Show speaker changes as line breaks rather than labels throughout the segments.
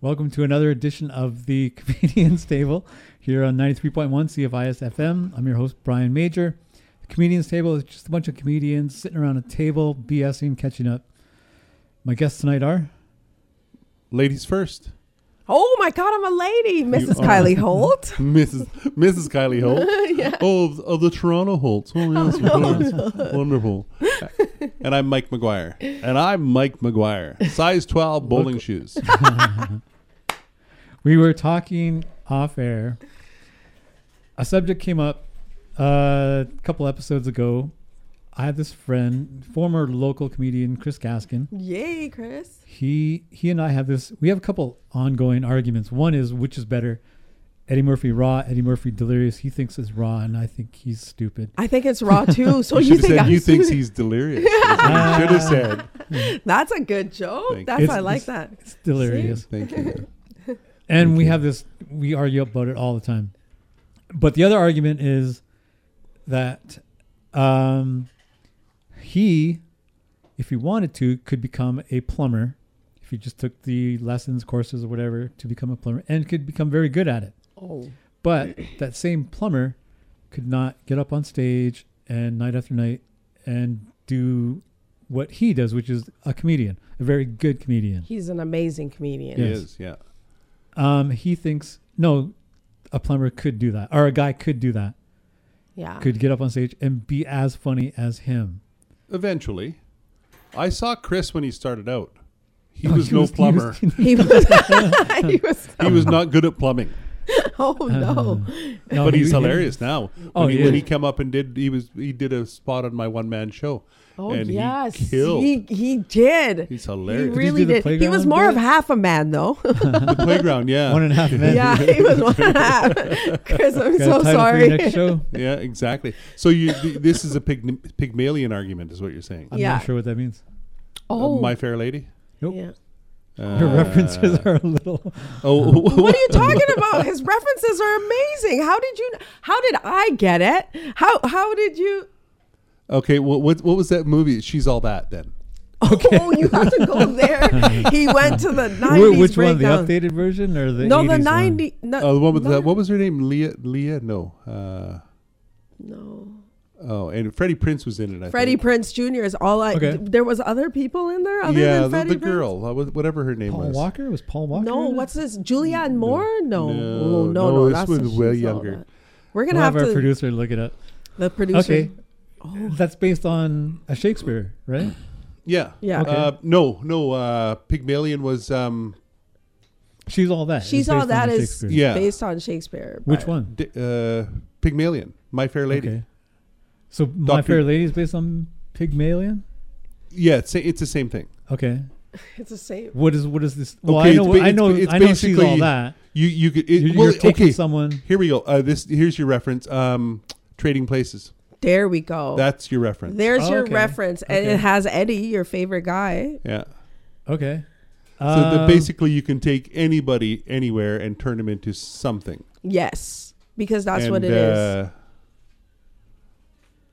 Welcome to another edition of the Comedian's Table here on 93.1 CFIS FM. I'm your host, Brian Major. The Comedian's Table is just a bunch of comedians sitting around a table, BSing, catching up. My guests tonight are
Ladies first,
Oh my God, I'm a lady, Mrs.
are.
Kylie Holt.
Mrs. Mrs. Kylie Holt. Oh, of, of the Toronto Holts. Oh yes, of course. wonderful. And I'm Mike McGuire. And I'm Mike McGuire. Size twelve bowling shoes.
we were talking off air. A subject came up uh, a couple episodes ago. I had this friend, former local comedian Chris Gaskin.
Yay, Chris.
He he and I have this. We have a couple ongoing arguments. One is which is better, Eddie Murphy raw, Eddie Murphy delirious. He thinks it's raw, and I think he's stupid.
I think it's raw too. So
should
Oh, you
have
think
said
I'm
you thinks he's delirious. That's what
Ah.
you should have said.
That's a good joke.
Thank you.
That's
It's-
I like that.
It's delirious.
Thank you.
And we have this, we argue about it all the time. But the other argument is that um, he, if he wanted to, could become a plumber if he just took the lessons, courses, or whatever to become a plumber and could become very good at it.
Oh.
But that same plumber could not get up on stage and night after night and do what he does, which is a comedian, a very good comedian.
He's an amazing comedian.
He
Yes.
is, yeah.
Um, he thinks no, a plumber could do that, or a guy could do that,
Yeah.
could get up on stage and be as funny as him.
Eventually. I saw Chris when he started out. He
Oh,
was
he
no
was- he was-
plumber. He
He was. he was.
was, not good at plumbing.
Oh no.
No,
but
Oh, he-
he's
he-
hilarious now. When,
Oh,
he,
he
when
is.
he came up and did he was he did a spot on my one man show.
Oh
and
yes.
he killed.
He he did.
He's
He
hilarious.
really
do the
did. He was
playground
more of
bit?
half a man though.
the playground, yeah.
One and a half men.
yeah, he was one half. Chris, I'm
Got a
so
title for your Next
sorry.
show.
yeah, exactly. So you, th- this is a Pygm- Pygmalion argument, is what you're saying.
I'm
Yeah.
not sure what that means.
Uh, Oh.
Uh, My Fair Lady.
Nope.
Yeah.
Your
Uh,
references are a little.
Oh,
What are you talking about? His references are amazing. How did you? How did I get it? How how did you?
okay. Well, what what was that movie? She's all that then.
Oh, you have to go there. he went to the
Wh-
nineties
Which one, the
breakdown.
updated version or the?
no,
80s
the
one?
ninety. No,
Oh, the one with
Uh, no,
the, what was her name? Leah. Leah. No. Uh,
no.
oh, and Freddie Prince was in it. I
Freddie
think.
Prince Jr. is all I.
Okay.
There was other people in there other
Yeah,
than
the,
Freddie
the
Prinze?
girl, uh, wha- whatever her name
Paul
was.
Walker was Paul Walker.
No,
in it?
what's this? Julianne Moore? No,
No,
Oh, no,
no,
no.
this
that's
one's
she's
way
all
younger.
that. We're
We'll
gonna
have
have,
our
to
producer look it up.
the producer.
Okay,
Oh,
that's based on a Shakespeare, right?
Yeah.
Yeah. Okay.
Uh, no, no. Uh, Pygmalion was. Um,
She's all that. is
she's all
based on
that
a
is
Shakespeare.
Yeah.
based on Shakespeare.
Which
but-
one?
d- uh, Pygmalion, My Fair Lady.
Okay. So My
Doctor-
Fair Lady is based on Pygmalion.
Yeah, it's it's the same thing.
Okay.
It's the same.
What is what is this? Well, I
Okay, it's
know
ba-
I
it's
know
ba- it's
I know she's all
basically-
that.
You you could. It,
You're,
well,
you're taking
okay.
someone.
Here we go. Uh, this here's your reference. Um, Trading Places.
There we go.
That's your reference.
There's
Oh,
your
okay.
reference, and
Okay.
it has Eddie, your favorite guy.
yeah.
Okay.
So
Um,
that basically, you can take anybody anywhere and turn them into something.
Yes, because that's
and,
what it is.
uh,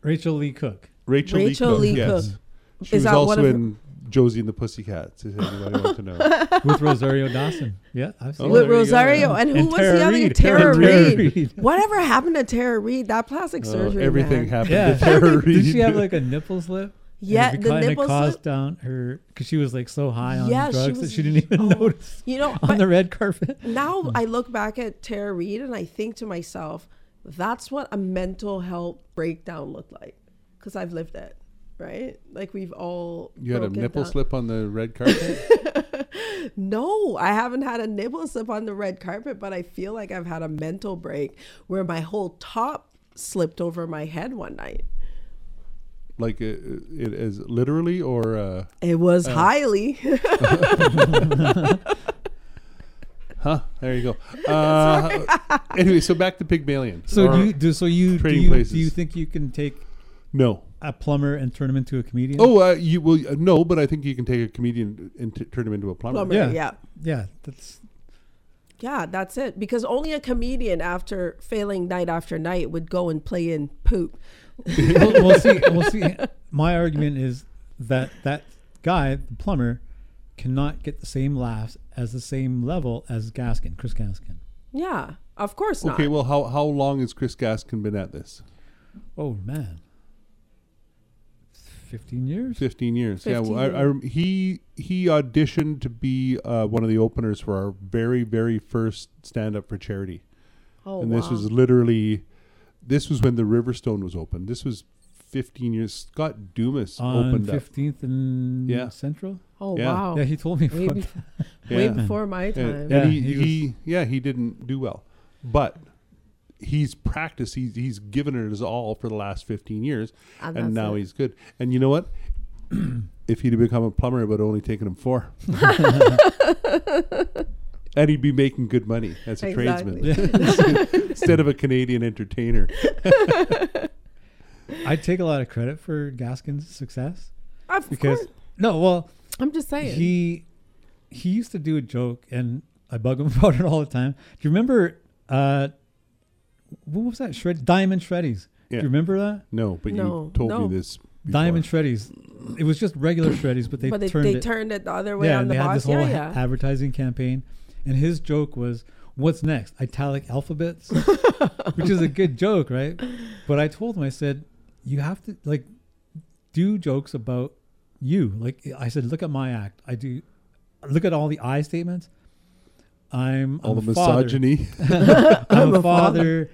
Rachel Lee Cook.
Rachel,
Rachel
Lee Cook.
Lee
yes.
Cook.
She
Is
was
that one
also
of her-
in Josie and the Pussycats. If anybody wants to know. Uh,
with Rosario Dawson. Yeah, I've seen
Oh,
with
there you go.
Rosario, and who
And
was
Tara
the other?
Reid.
Tara,
Tara
Reid.
Reid.
Whatever happened to Tara Reid? That plastic
Uh,
surgery.
everything
man.
happened
Yeah.
to Tara
Did she
Reid.
have like a nipple slip? And
Yeah,
it
the
beca- and
nipple
it caused
slip.
down her because she was like so high on
Yeah, she
drugs that
was-
she didn't even
oh.
notice
You know,
on
but
the red carpet.
now I look back at Tara Reid and I think to myself, that's what a mental health breakdown looked like, because I've lived it, right? Like we've all
you had a
broken
nipple
down.
slip on the red carpet.
No, I haven't had a nipple slip on the red carpet, but I feel like I've had a mental break where my whole top slipped over my head one night.
like uh, it is literally or. Uh,
It was highly.
Huh? There you go. Uh, anyway, so back to Pygmalion.
So
Or-
do you do so you do
trading
you,
places.
do you think you can take
no.
a plumber and turn him into a comedian?
Oh, uh, you will uh, no, but I think you can take a comedian and t- turn him into a plumber.
Plumber.
yeah,
yeah.
yeah. That's
yeah, that's it. Because only a comedian after failing night after night would go and play in poop.
we'll, we'll see. We'll see. My argument is that that guy, the plumber, cannot get the same laughs as the same level as Gaskin, Chris Gaskin.
Yeah, of course not.
Okay, well, how how long has Chris Gaskin been at this?
Oh man, fifteen years.
Fifteen years. yeah,
15
well, I, I, rem- he he auditioned to be uh, one of the openers for our very very first stand up for charity,
oh,
and this
wow.
was literally, this was when the Riverstone was open. This was fifteen years. Scott Dumas
On
opened up.
fifteenth and
Yeah.
Central.
oh
yeah.
wow,
Yeah, he told me.
way,
about
be-
that.
way
Yeah.
before my time.
And,
Yeah,
and he,
he
he,
was-
yeah he didn't do well, but he's practiced. He's he's given it his all for the last fifteen years,
And
and,
that's
now
it.
he's good. And you know what? if he'd have become a plumber, it would have only taken him four. And he'd be making good money as a tradesman instead of a Canadian entertainer.
I take a lot of credit for Gaskin's success
Of
because
course,
no, well,
I'm just saying.
he he used to do a joke, and I bug him about it all the time. Do you remember uh, what was that? Shred Diamond Shreddies.
Yeah.
Do you remember that?
No, but
No,
you told
no.
me this. Before.
Diamond Shreddies. It was just regular Shreddies, but they
but they,
turned
they
it.
turned it the other way on
and
the
they had this
box.
whole
Yeah,
a-
yeah.
advertising campaign, and his joke was, "What's next? Italic alphabets," which is a good joke, right? But I told him, I said, "You have to like do jokes about you." Like I said, look at my act. I do look at all the I statements. I'm
all
I'm
the
a father.
misogyny.
I'm a father.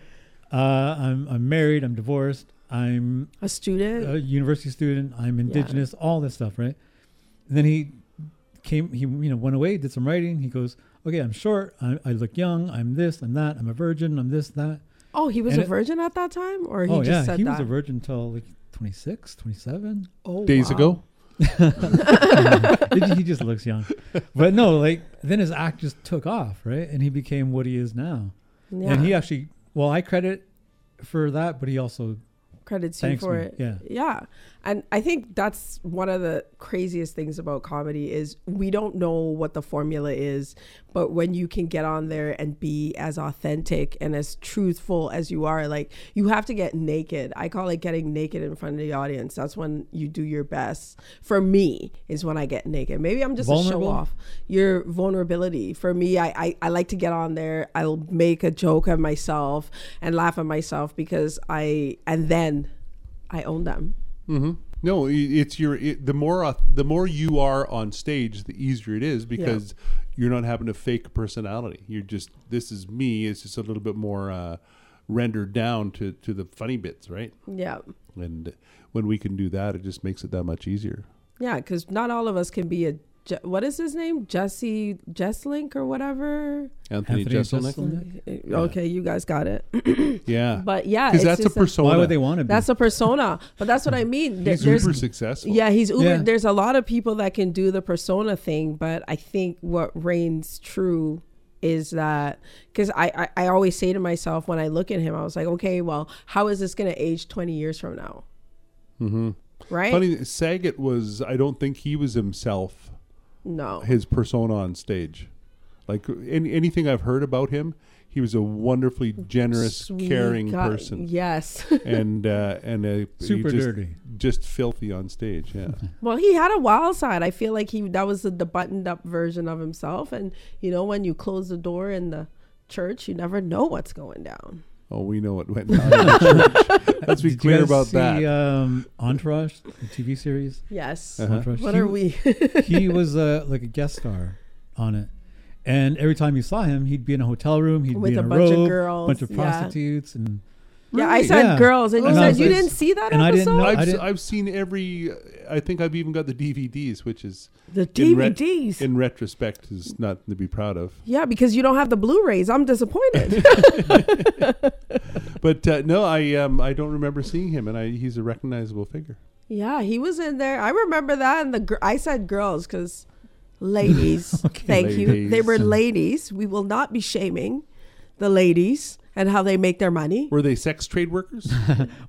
Uh, I'm I'm married. I'm divorced. I'm
a student.
a university student. I'm indigenous. All this stuff, right? And then he came. He you know went away, did some writing. He goes, okay, I'm short. I, I look young. I'm this. I'm that. I'm a virgin. I'm this that.
oh, he was
and
a
it-
virgin at that time, or he
oh
just
yeah,
said
he
that
was a virgin until like 26, 27.
oh,
Days
wow.
ago,
he just looks young, but no, like then his act just took off, right? And he became what he is now.
Yeah.
And he actually, well, I credit for that, but he also
credits you
Thanks
for
me.
it.
Yeah.
Yeah. And I think that's one of the craziest things about comedy is we don't know what the formula is, but when you can get on there and be as authentic and as truthful as you are, like you have to get naked. I call it getting naked in front of the audience. That's when you do your best. For me, is when I get naked. Maybe I'm just a
Vulnerable?
show off. Your vulnerability. For me, I, I, I like to get on there. I'll make a joke of myself and laugh at myself because I, and then I own them.
No, i- it's your it, the more au- the more you are on stage, the easier it is because you're not having to fake a personality. You're just this is me. It's just a little bit more uh, rendered down to to the funny bits, right?
Yeah.
And when we can do that, it just makes it that much easier.
Yeah. Because not all of us can be a, Je- what is his name? Jesse Jesslink or whatever.
Anthony
Anthony, Jeselnik,
Jeselnik.
Okay. You guys got it.
yeah,
But yeah.
because
it's
that's a
just
persona.
why would they want to be?
That's a persona. But that's what I mean. There-
He's
There's
super successful.
Yeah, he's uber.
Yeah.
There's a lot of people that can do the persona thing, but I think what reigns true is that because I, I I always say to myself when I look at him, I was like, okay, well, how is this going to age 20 years from now? Mm-hmm. Right?
Funny, Saget was. I don't think he was himself.
No.
his persona on stage. Like any, anything I've heard about him, he was a wonderfully generous,
Sweet
caring
God.
person,
Yes.
and uh, and uh, he
Super
just,
dirty.
just filthy on stage. Yeah,
Well, he had a wild side. I feel like he that was the, the buttoned up version of himself. And you know, when you close the door in the church, you never know what's going down.
oh, we know what went down. in the church. Let's be
Did you
clear
guys
about
see,
that.
Um, Entourage, the TV series.
Yes.
Uh-huh.
Entourage.
What
Uh, He-
are we?
he was uh, like a guest star on it. And every time you saw him, he'd be in a hotel room. He'd
With
be in
a
a,
bunch of
robe,
girls,
bunch of
yeah.
prostitutes, and
Yeah, I
Really?
said
Yeah.
girls, and you
And I
said
was
you
like-
didn't see that
and I
episode.
didn't know-
I've,
I
s-
didn't-
I've seen every. I think I've even got the DVDs, which is
the
in ret-
DVDs.
in retrospect is nothing to be proud of.
yeah, because you don't have the Blu-rays. I'm disappointed.
But uh, no, I um, I don't remember seeing him, and I, he's a recognizable figure.
yeah, he was in there. I remember that, and the gr- I said girls because ladies. thank you.
Ladies.
They were ladies. We will not be shaming the ladies and how they make their money.
Were they sex trade workers?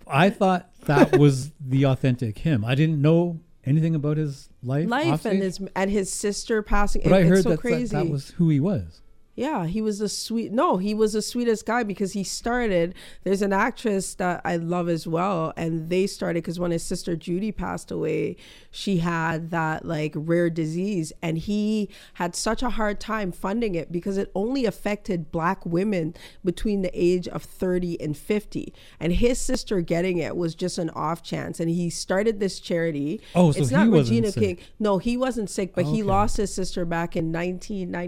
I thought that was the authentic him. I didn't know anything about his life,
Life
offstage,
and his and his sister passing.
but
it-
I
it's
heard
so
that, that
crazy.
that was who he was.
Yeah, he was a sweet. No, he was the sweetest guy because he started. There's an actress that I love as well, and they started because when his sister Judy passed away, she had that like rare disease, and he had such a hard time funding it because it only affected Black women between the age of 30 and 50, and his sister getting it was just an off chance, and he started this charity.
Oh, so
it's
he
not
wasn't
Regina
sick.
King. No, he wasn't sick, but
Okay.
he lost his sister back in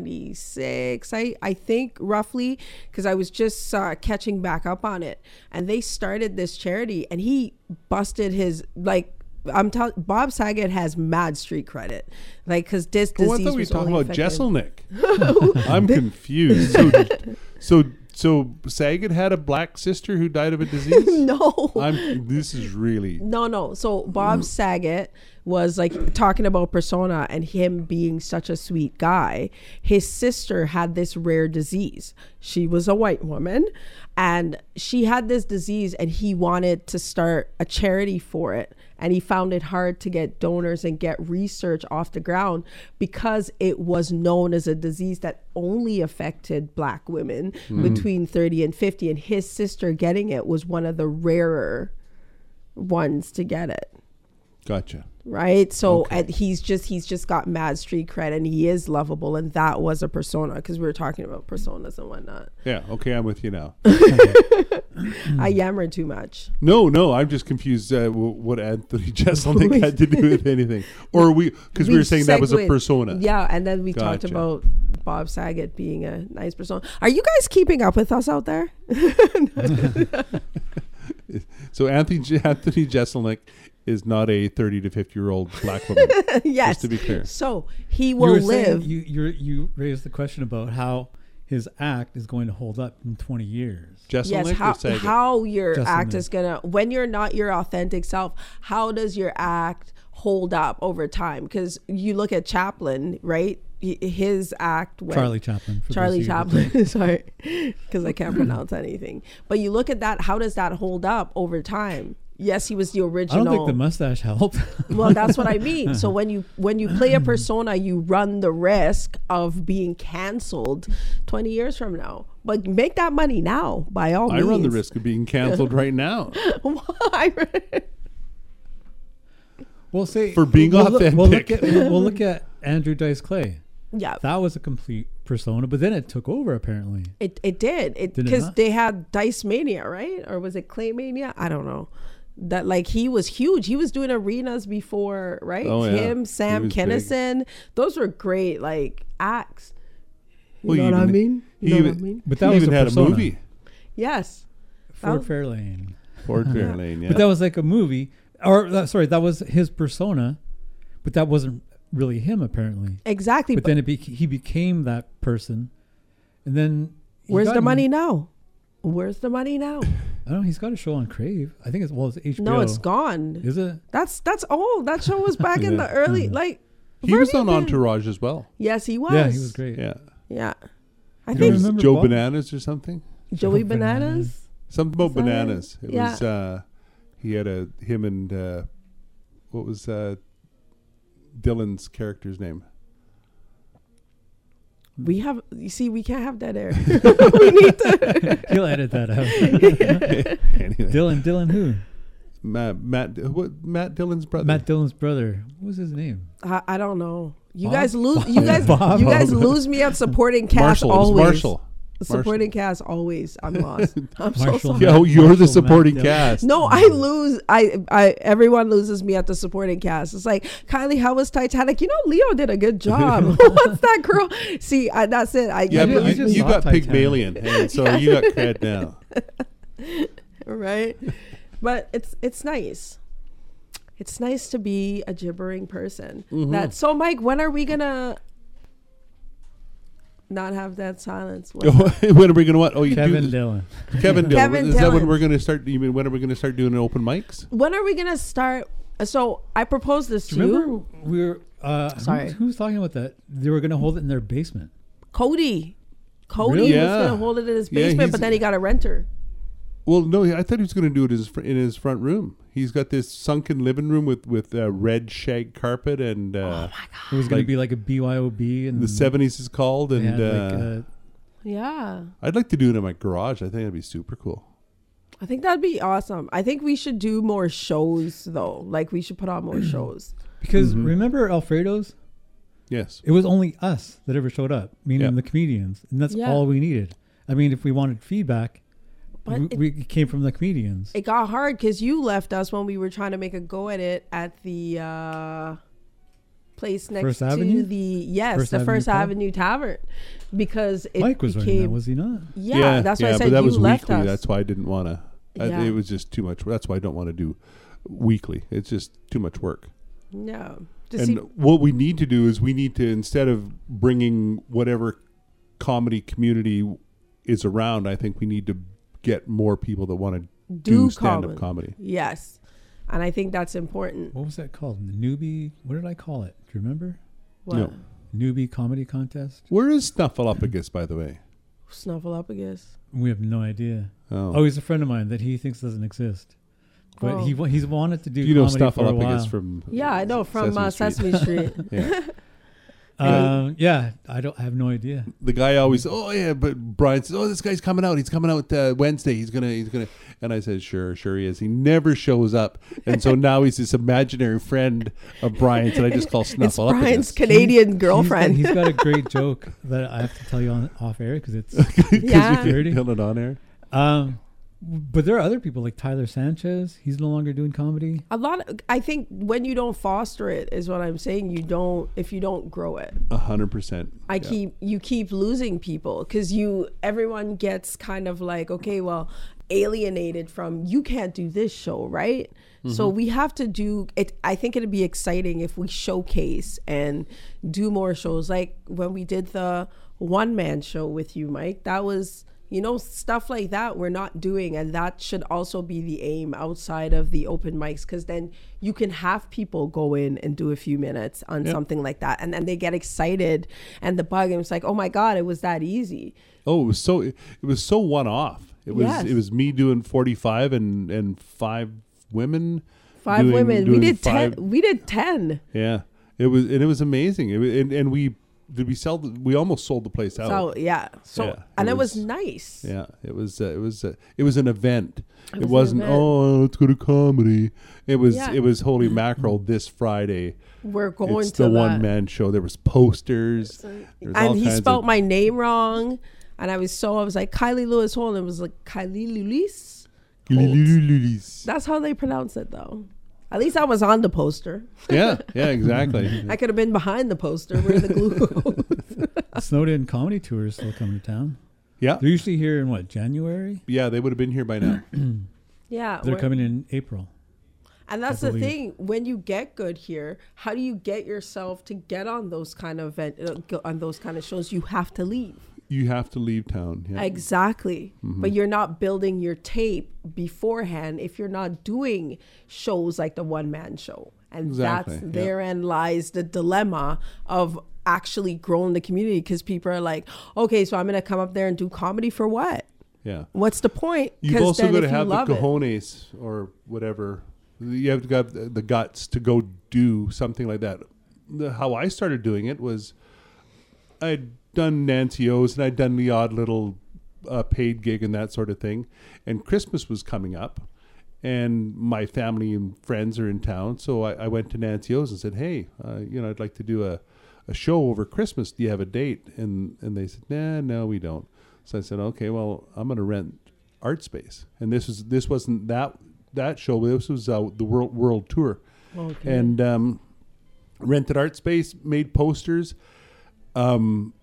1996, I, I think roughly, because I was just uh, catching back up on it. And they started this charity, and he busted his like. I'm telling Bob Saget has mad street credit, like because this disease
Oh, I thought we were
was
talking
only
about
affected-
Jesselnick. I'm confused. So, so, so Saget had a black sister who died of a disease.
No,
I'm. This is really.
No, no. So Bob Saget was like talking about persona and him being such a sweet guy. His sister had this rare disease. She was a white woman and she had this disease and he wanted to start a charity for it and he found it hard to get donors and get research off the ground because it was known as a disease that only affected black women between 30 and 50 and his sister getting it was one of the rarer ones to get it
Gotcha.
right so and he's just he's just got mad street cred and he is lovable and that was a persona because we were talking about personas and whatnot
Yeah. Okay, I'm with you now. Hmm.
i yammered too much
No, no, I'm just confused. Uh, w- what Anthony Jeselnik had to do with anything, or we because we, were saying that was a
segued.
persona.
yeah and then we talked
Gotcha.
about bob saget being a nice persona are you guys keeping up with us out there
So Anthony J- Anthony Jeselnik is not a 30 to 50 year old black woman.
yes
Just to be clear.
so he
you
will
were saying-
live
you you you raised the question about how his act is going to hold up in 20 years.
Jeselnik
Yes,
or
how,
Saget?
how your
Just a
act
minute.
is gonna when you're not your authentic self, how does your act hold up over time? Because you look at Chaplin, right? H- His act went
Charlie Chaplin. For those of
Charlie
you that-
Chaplin. Sorry, because I can't pronounce anything. But you look at that. How does that hold up over time? Yes, he was the
I don't
original.
think the mustache helped.
well, that's what I mean. So when you when you play a persona, you run the risk of being canceled twenty years from now. But make that money now, by all
I
means.
run the risk of being canceled right now
Why?
well, say
For being
we'll Look, we'll look
authentic.
at we'll, we'll look at Andrew Dice Clay.
yeah,
That was a complete persona, but then it took over apparently.
it, it did. It
Did it
because
not?
they had Dice Mania, right? Or was it Clay Mania? I don't know. That like he was huge. He was doing arenas before, right?
Oh, yeah. He
Him, Sam
was big.
Kennison. Those were great like acts. You
Well,
know
he
what I
even-
mean?
he
You know what I
even-
mean?
But
He
that was
even
a
had
persona.
a movie.
Yes.
Ford
Oh.
Fairlane.
Ford Fairlane.
Uh-huh.
Yeah.
But that was like a movie, or uh, sorry, that was his persona, but that wasn't really him apparently.
Exactly.
But
But,
then it be- he became that person, and then he
where's
got
the
in-
money now? Where's the money now?
I don't know. He's got a show on Crave. I think it's well, it's HBO.
no, it's gone.
Is it?
That's that's old. That show was back in
Yeah.
the early like
he
where
was
have
on
you been?
Entourage as well.
Yes, he was.
Yeah, he was great.
Yeah.
Yeah.
You
It
I
don't
think
was
remember
Joe
Bob?
Bananas or something.
Joey
Joe
Bananas.
Something about
Is that it?
bananas. It
Yeah.
was uh he had a him and uh what was uh Dylan's character's name?
We have you see, we can't have that air. we need to
He'll edit that out.
anyway.
Dylan, Dylan, who?
Matt Matt what Matt Dylan's brother.
Matt Dylan's brother. What was his name?
I, I don't know. You
Bob?
guys lose you guys
Bob.
you guys lose me on supporting cast
Marshall. it was
always.
Marshall.
Supporting cast always. I'm lost. I'm so
Marshall.
sorry.
Yeah, oh, you're the
Marshall,
supporting
Matt Dillon.
cast.
No, I lose. I, I, everyone loses me at the supporting cast. It's like Kylie, how was Titanic? You know, Leo did a good job. What's that girl? See, I, that's it. I
Yeah,
You just-
but you,
you just
you
saw
got
Titanic.
Pygmalion, and so you got cred now.
right? But it's it's nice. It's nice to be a gibbering person.
Mm-hmm.
That so, Mike. When are we gonna not have that silence? What-
when are we gonna what? Oh, you
Kevin
do
Dylan.
Kevin Dillon.
Kevin
Is that when
Dillon.
we're gonna start? You mean when are we gonna start doing open mics?
When are we gonna start? uh, So I proposed this to you,
Remember, we were. Uh,
Sorry.
Who, who was talking about that? They were going to hold it in their basement.
Cody. Cody
Really?
was
Yeah.
gonna hold it in his
Yeah,
basement,
he's-
but then he got a renter.
Well, no, I thought he was going to do it his fr- in his front room. He's got this sunken living room with with uh, red shag carpet and uh,
It was going
Like-
to be like a BYOB and
the seventies is called
they
and
had
uh,
like, uh,
Yeah.
I'd like to do it in my garage. I think that'd be super cool.
I think that'd be awesome. I think we should do more shows though. Like we should put on more shows.
Because
mm-hmm.
remember Alfredo's?
Yes.
It was only us that ever showed up, meaning
Yeah.
the comedians, and that's
Yeah.
all we needed. I mean, if we wanted feedback,
But
we,
it-
we it came from the comedians.
It got hard because you left us when we were trying to make a go at it at the uh, place next
First
to
Avenue?
the yes,
First
the
Avenue
First
Pub?
Avenue Tavern, because it
Mike was running that,
became
was he not?
yeah, That's why I said
but that
you
was
left
weekly.
us.
That's why I didn't want to.
Yeah.
It was just too much. That's why I don't want to do weekly. It's just too much work.
yeah. To
and
see-
what we need to do is we need to instead of bringing whatever comedy community is around, I think we need to get more people that want to do,
Do
stand-up
comedy.
comedy.
yes, and I think that's important.
What was that called? The newbie? What did I call it? Do you remember?
What?
No.
Newbie comedy contest?
Where is Snuffleupagus, by the way?
Snuffleupagus.
We have no idea.
Oh,
Oh, he's a friend of mine that he thinks doesn't exist, but
Oh.
he wa- he's wanted to do
you know
comedy for a while.
Snuffleupagus from
Yeah, I know from
Sesame
uh,
Street.
Sesame Street.
Yeah.
um, yeah, I don't I have no idea.
the guy always, oh yeah, but Brian says, oh this guy's coming out, he's coming out uh, Wednesday, he's gonna, he's gonna, and I said, sure, sure he is. He never shows up, and so now he's this imaginary friend of Brian's that I just call
it's
Snuffleupagus.
Brian's Canadian
He's-
girlfriend.
He's got, he's got a great joke that I have to tell you on off air because it's.
'Cause
Yeah.
you
Dirty.
can't tell it on air.
Um, but there are other people like Tyler Sanchez. He's no longer doing comedy.
a lot of, i think when you don't foster it is what i'm saying you don't if you don't grow it
A hundred percent.
i
Yeah.
keep you keep losing people because you everyone gets kind of like okay well alienated from you can't do this show right so we have to do it i think it'd be exciting if we showcase and do more shows like when we did the one man show with you mike that was you know stuff like that we're not doing and that should also be the aim outside of the open mics because then you can have people go in and do a few minutes on something like that and then they get excited and the bug and it's like oh my god it was that easy
Oh, it was so it was so one off. It was
Yes.
it was me doing forty five and and five women.
five
doing-
women we
doing
did
five-
10 we did 10
Yeah, it was and it was amazing. It was, and, and we did we sell the, we almost sold the place out.
so yeah so
Oh. Yeah,
and
it
it was,
was-
nice
Yeah, it was uh, it was uh, it was an event. It,
was an
was not
event.
oh let's go to comedy. It was
Yeah.
it was holy mackerel this Friday.
we're going
it's
to
the
that.
one man show. There was posters. There was all
and he
kinds of-
spelled my name wrong and i was so i was like kylie lewis hole and it was like kylie lewis That's how they pronounce it, though. At least I was on the poster.
yeah, yeah, exactly.
I could have been behind the poster where the glue.
Snowden comedy tour is still coming to town.
Yeah,
They're usually here in what January?
yeah, they would have been here by now.
yeah,
They're
we're-
coming in April.
and that's
I
the
believe.
thing. When you get good here, how do you get yourself to get on those kind of event, uh, go- on those kind of shows? You have to leave.
You have to leave town. Yeah. Mm-hmm.
Exactly. But you're not building your tape beforehand if you're not doing shows like the one man show. And
Exactly, yeah.
that's therein lies the dilemma of actually growing the community because people are like, okay, so I'm going to come up there and do comedy for what?
yeah.
What's the point?
You've
'Cause
also
then
got to
if you
have the
love it-
cojones or whatever. You have to have the- the guts to go do something like that. The, how I started doing it was I'd done Nancy O's and I'd done the odd little uh, paid gig and that sort of thing. And Christmas was coming up, and my family and friends are in town, so I, I went to Nancy O's and said, "Hey, uh, you know, I'd like to do a, a show over Christmas. Do you have a date?" And and they said, "Nah, no, we don't." So I said, "Okay, well, I'm going to rent art space." And this was this wasn't that that show. but This was uh, the world world tour,
Okay.
and um, rented art space, made posters. Um,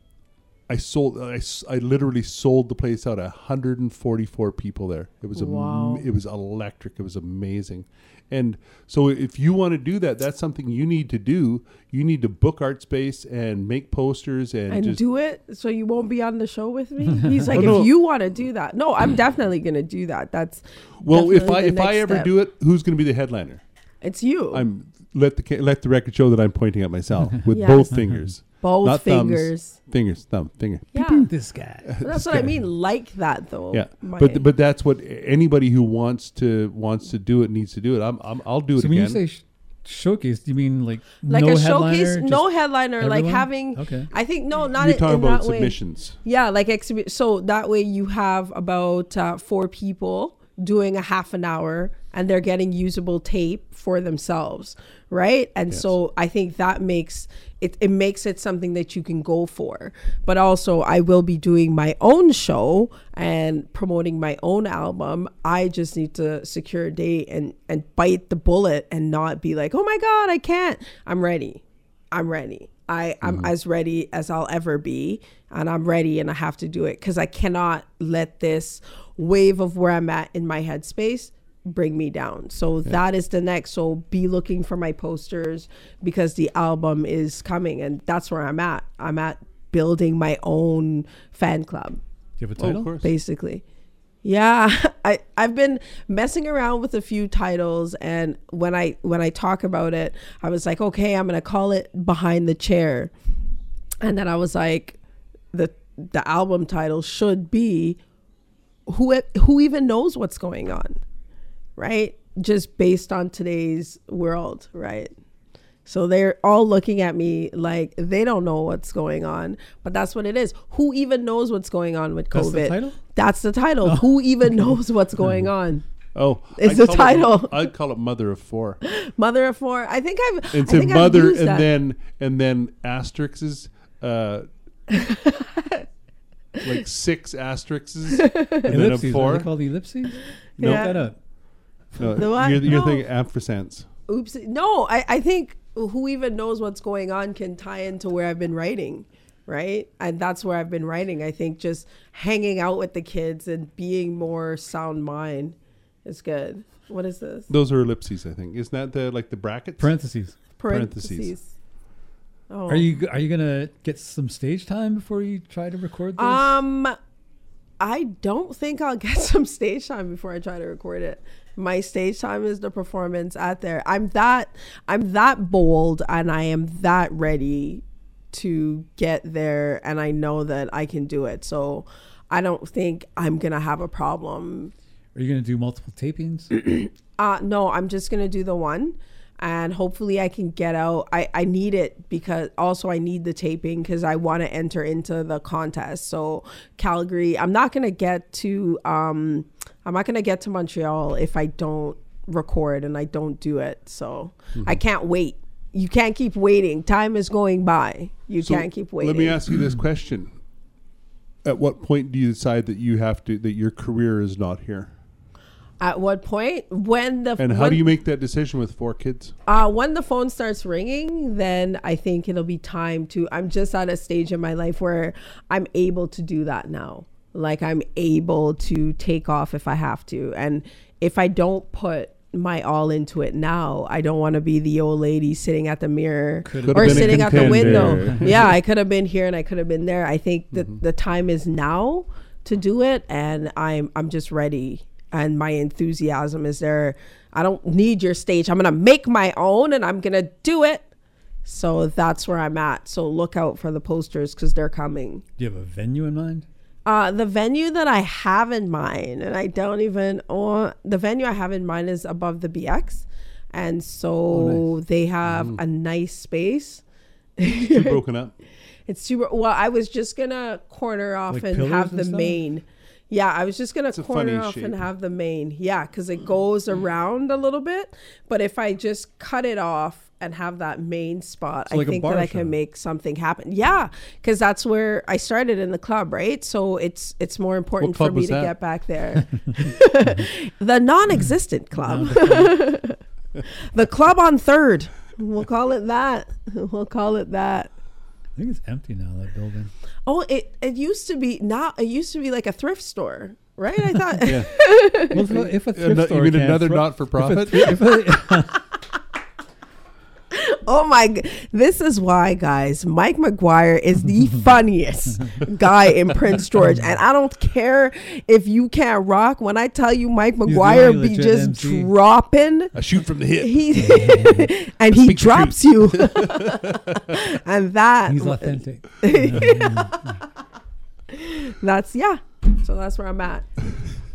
I sold. I, s- I literally sold the place out. 144 people there. It was am-
Wow.
It was electric. It was amazing. And so, if you want to do that, that's something you need to do. You need to book art space and make posters and,
and
just
do it so you won't be on the show with me. He's like,
Oh, no.
if you want to do that, no, I'm definitely going to do that. That's
well. If
definitely
I
the
if I
next
ever
step.
do it, who's going to be the headliner?
it's you.
I'm let the ca- let the record show that I'm pointing at myself with
Yes.
both fingers,
both
not thumbs.
fingers.
fingers, thumb, finger.
Yeah.
This guy.
But that's what I mean. Like that though.
Yeah,
Mike.
but but that's what anybody who wants to wants to do it needs to do it. I'm, I'm I'll do it
So when
again.
you say sh- showcase? Do you mean like
like
no
a
headliner,
showcase,
just
no headliner, like
everyone?
having.
okay.
I think no, not
You're
in,
talking
in
about
that way.
submissions.
Yeah, like exhibit. So that way you have about uh, four people doing a half an hour and they're getting usable tape for themselves, right? And so I think that makes it it makes it something that you can go for. But also I will be doing my own show and promoting my own album. I just need to secure a date and and bite the bullet and not be like, "Oh my god, I can't. I'm ready." I'm ready. I, I'm as ready as I'll ever be, and I'm ready, and I have to do it because I cannot let this wave of where I'm at in my headspace bring me down. So that is the next. So be looking for my posters because the album is coming, and that's where I'm at. I'm at building my own fan club
Do you have a
Oh, of
title?
course.
basically. Yeah, I I've been messing around with a few titles and when I when I talk about it, I was like, "Okay, I'm going to call it Behind the Chair." And then I was like the the album title should be who e- who even knows what's going on, right? Just based on today's world, right? So they're all looking at me like they don't know what's going on, but that's what it is. Who even knows what's going on with
That's
COVID?
the title? Oh,
That's the title. Who even knows what's going on?
Oh,
It's
I'd
the
call it-
title.
I'd call it Mother of Four.
Mother of four. I think I've. I
It's a
think I've
mother,
used
and
that.
then and then asterisks, is, uh, like six asterisks, and then a
Ellipses. Are
four.
they called ellipses?
No.
Look that up.
No,
The what?
You're, you're
No.
thinking ampersands.
Oops. No, I, I think who even knows what's going on can tie into where I've been writing, right? And that's where I've been writing. I think just hanging out with the kids and being more sound mind is good. What is this?
Those are ellipses, I think. Isn't that the like the brackets?
Parentheses.
Parentheses.
Oh.
Are you are you gonna get some stage time before you try to record this?
Um, I don't think I'll get some stage time before I try to record it. My stage time is the performance out there. I'm that I'm that bold and I am that ready to get there and I know that I can do it. So I don't think I'm gonna have a problem.
are you gonna do multiple tapings?
Uh no, I'm just gonna do the one and hopefully I can get out. I, I need it because also I need the taping because I want to enter into the contest. So Calgary, I'm not gonna get to um I'm not gonna get to Montreal if I don't record and I don't do it. So
Mm-hmm.
I can't wait. You can't keep waiting. Time is going by. You
So
can't keep waiting.
Let me ask you this question: At what point do you decide that you have to that your career is not here?
At what point? When the
And how
when-
do you make that decision with four kids?
Uh, when the phone starts ringing, then I think it'll be time to. I'm just at a stage in my life where I'm able to do that now. Like I'm able to take off if I have to. And if I don't put my all into it now, I don't want to be the old lady sitting at the mirror
Could've
or
been a
sitting at the window.
contender.
yeah, I could have been here and I could have been there. I think that the time is now to do it, and I'm I'm just ready, and my enthusiasm is there. I don't need your stage. I'm gonna make my own, and I'm gonna do it. So that's where I'm at. So look out for the posters because they're coming.
do you have a venue in mind?
Uh, the venue that I have in mind, and I don't even, or the venue I have in mind is above the BX, and so they have a nice space.
Too broken up.
It's super. Well, I was just gonna corner off
Like
and
pillars
have
and
the
stuff?
main. Yeah, I was just gonna
a
corner
funny
off and
shape.
have the main. Yeah, because it goes around a little bit. But if I just cut it off and have that main spot,
So like
I
a
think that
bar
I
show.
can make something happen. Yeah, because that's where I started in the club, right? So it's it's more important for
club
me
was
to
that?
get back there. the non-existent club, the club on Third. We'll call it that. We'll call it that.
I think it's empty now. That building.
Oh, it it used to be not. It used to be like a thrift store, right? I thought.
Yeah.
Well, if, a- if a thrift
Ano-
store
you mean
can
another
throw-
not-for-profit?
If a, if a,
Oh my! g- This is why, guys. Mike McGuire is the funniest guy in Prince George, and I don't care if you can't rock. When I tell you, Mike
the
McGuire
only
be
legit
just
MC.
dropping.
I shoot from the hip.
He and he
Speak the
drops you, and that
he's authentic.
that's yeah. So that's where I'm at.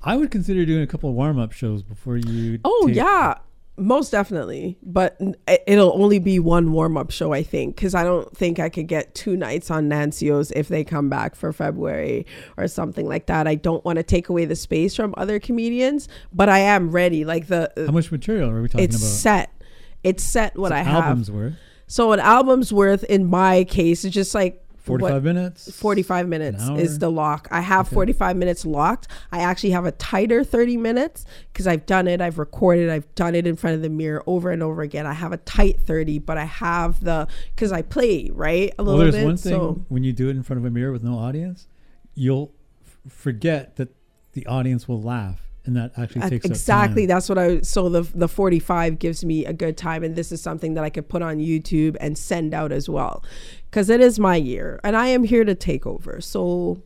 I would consider doing a couple of warm up shows before you.
Oh
take-
yeah, Most definitely, but n- it- it'll only be one warm up show, I think, because I don't think I could get two nights on Nancio's if they come back for February or something like that. I don't want to take away the space from other comedians, but I am ready. Like the
How much material are we talking
it's
about?
set, it's set what I have.
albums worth.
So an album's worth, in my case, is just like what-
Forty-five minutes.
45 minutes
An
is
hour?
the lock. I have 45 minutes locked. I actually have a tighter 30 minutes because I've done it. I've recorded. I've done it in front of the mirror over and over again. I have a tight 30, but I have the because I play right a
Well,
little
there's
bit.
one thing
so
when you do it in front of a mirror with no audience, you'll f- forget that the audience will laugh, and that actually
I-
takes up
exactly
time.
that's what I. So the the 45 gives me a good time, and this is something that I could put on YouTube and send out as well, because it is my year, and I am here to take over. So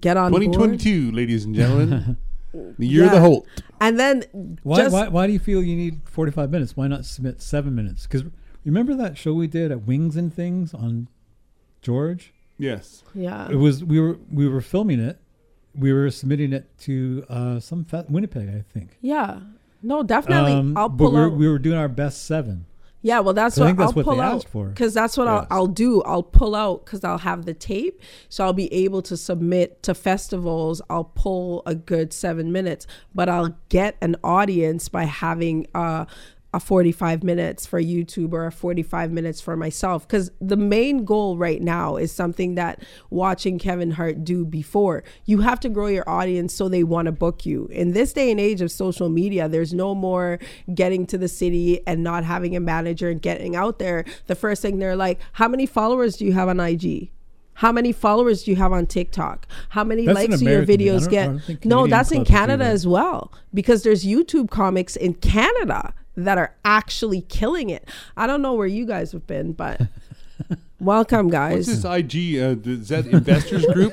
get on board.
2022, ladies and gentlemen. the year of the
Yeah.
Holt.
And then
Why,
just
why, why do you feel you need 45 minutes? Why not submit seven minutes? Because remember that show we did at Wings and Things on George?
Yes.
yeah.
It was we were we were filming it, we were submitting it to uh, some fe- Winnipeg, I think.
Yeah. No, definitely.
Um,
I'll
but
pull
we were,
out.
we were doing our best seven.
yeah, well, that's
I
what
think that's
I'll
what
pull
they
out
asked for.
because that's what
Yes.
I'll, I'll do. I'll pull out because I'll have the tape, so I'll be able to submit to festivals. I'll pull a good seven minutes, but I'll get an audience by having uh, a forty-five minutes for YouTube or a forty-five minutes for myself. Because the main goal right now is something that watching Kevin Hart do before. You have to grow your audience so they want to book you. In this day and age of social media, there's no more getting to the city and not having a manager and getting out there. The first thing they're like, how many followers do you have on IG? How many followers do you have on TikTok? How many
That's an
likes do your
American thing. I
videos
don't- I don't think
get? No,
Canadian
that's in
clubs do
Canada
that.
as as well because there's YouTube comics in Canada that are actually killing it. I don't know where you guys have been, but welcome
What's
guys.
this IG? Uh, th- is that investors group?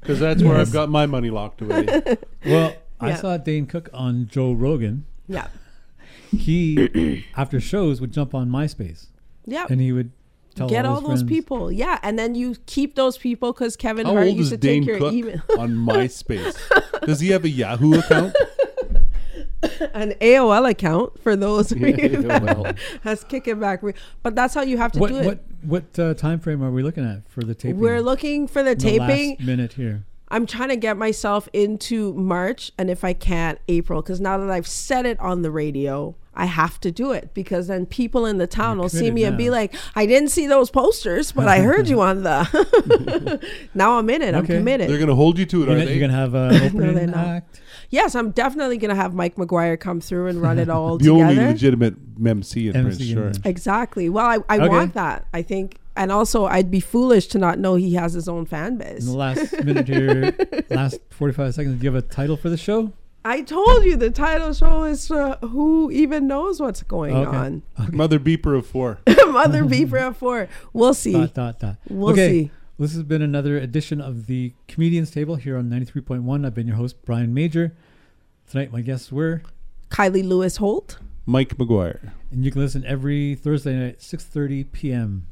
Because that's where I've got my money locked away.
Well, I
Yeah.
saw Dane Cook on Joe Rogan.
Yeah.
He after shows would jump on MySpace
Yeah.
and he would tell
Get
all,
all
his
those
friends,
people. Yeah. And then you keep those people because Kevin
How
Hart
old
used
is
to
Dane
take your
Cook
email
on MySpace? Does he have a Yahoo account?
an AOL account for those who you
well.
has kicking back. But that's how you have to
What
do it.
what what uh, time frame are we looking at for the taping?
We're looking for the
The last
taping.
minute here.
I'm trying to get myself into March and if I can't, April. Because now that I've said it on the radio, I have to do it because then people in the town
You're
will see
committed
me and be
now.
like, I didn't see those posters, but I heard you on the. now I'm in it. I'm
Okay.
committed.
They're going to hold you to it,
You're,
are
gonna-
they?
you're gonna have an
they're
opening
not.
act.
yes, I'm definitely going to have Mike McGuire come through and run it all
the only
together.
legitimate MC in Prince
MC in
George.
Prince.
exactly. Well, I, I
Okay.
want that. I think. And also, I'd be foolish to not know he has his own fan
In
base.
the last minute here, last 45 seconds, do you have a title for the show?
I told you the title show is uh, Who Even Knows What's Going
Okay.
On.
Mother Beeper of Four.
Mother Beaver at four. We'll see.
Dot, dot, dot.
We'll
okay.
see.
This has been another edition of the Comedians Table here on 93.1. I've been your host, Brian Major. Tonight, my guests were,
Kylie Lewis Holt.
Mike McGuire.
and you can listen every Thursday night, 6.30 p.m.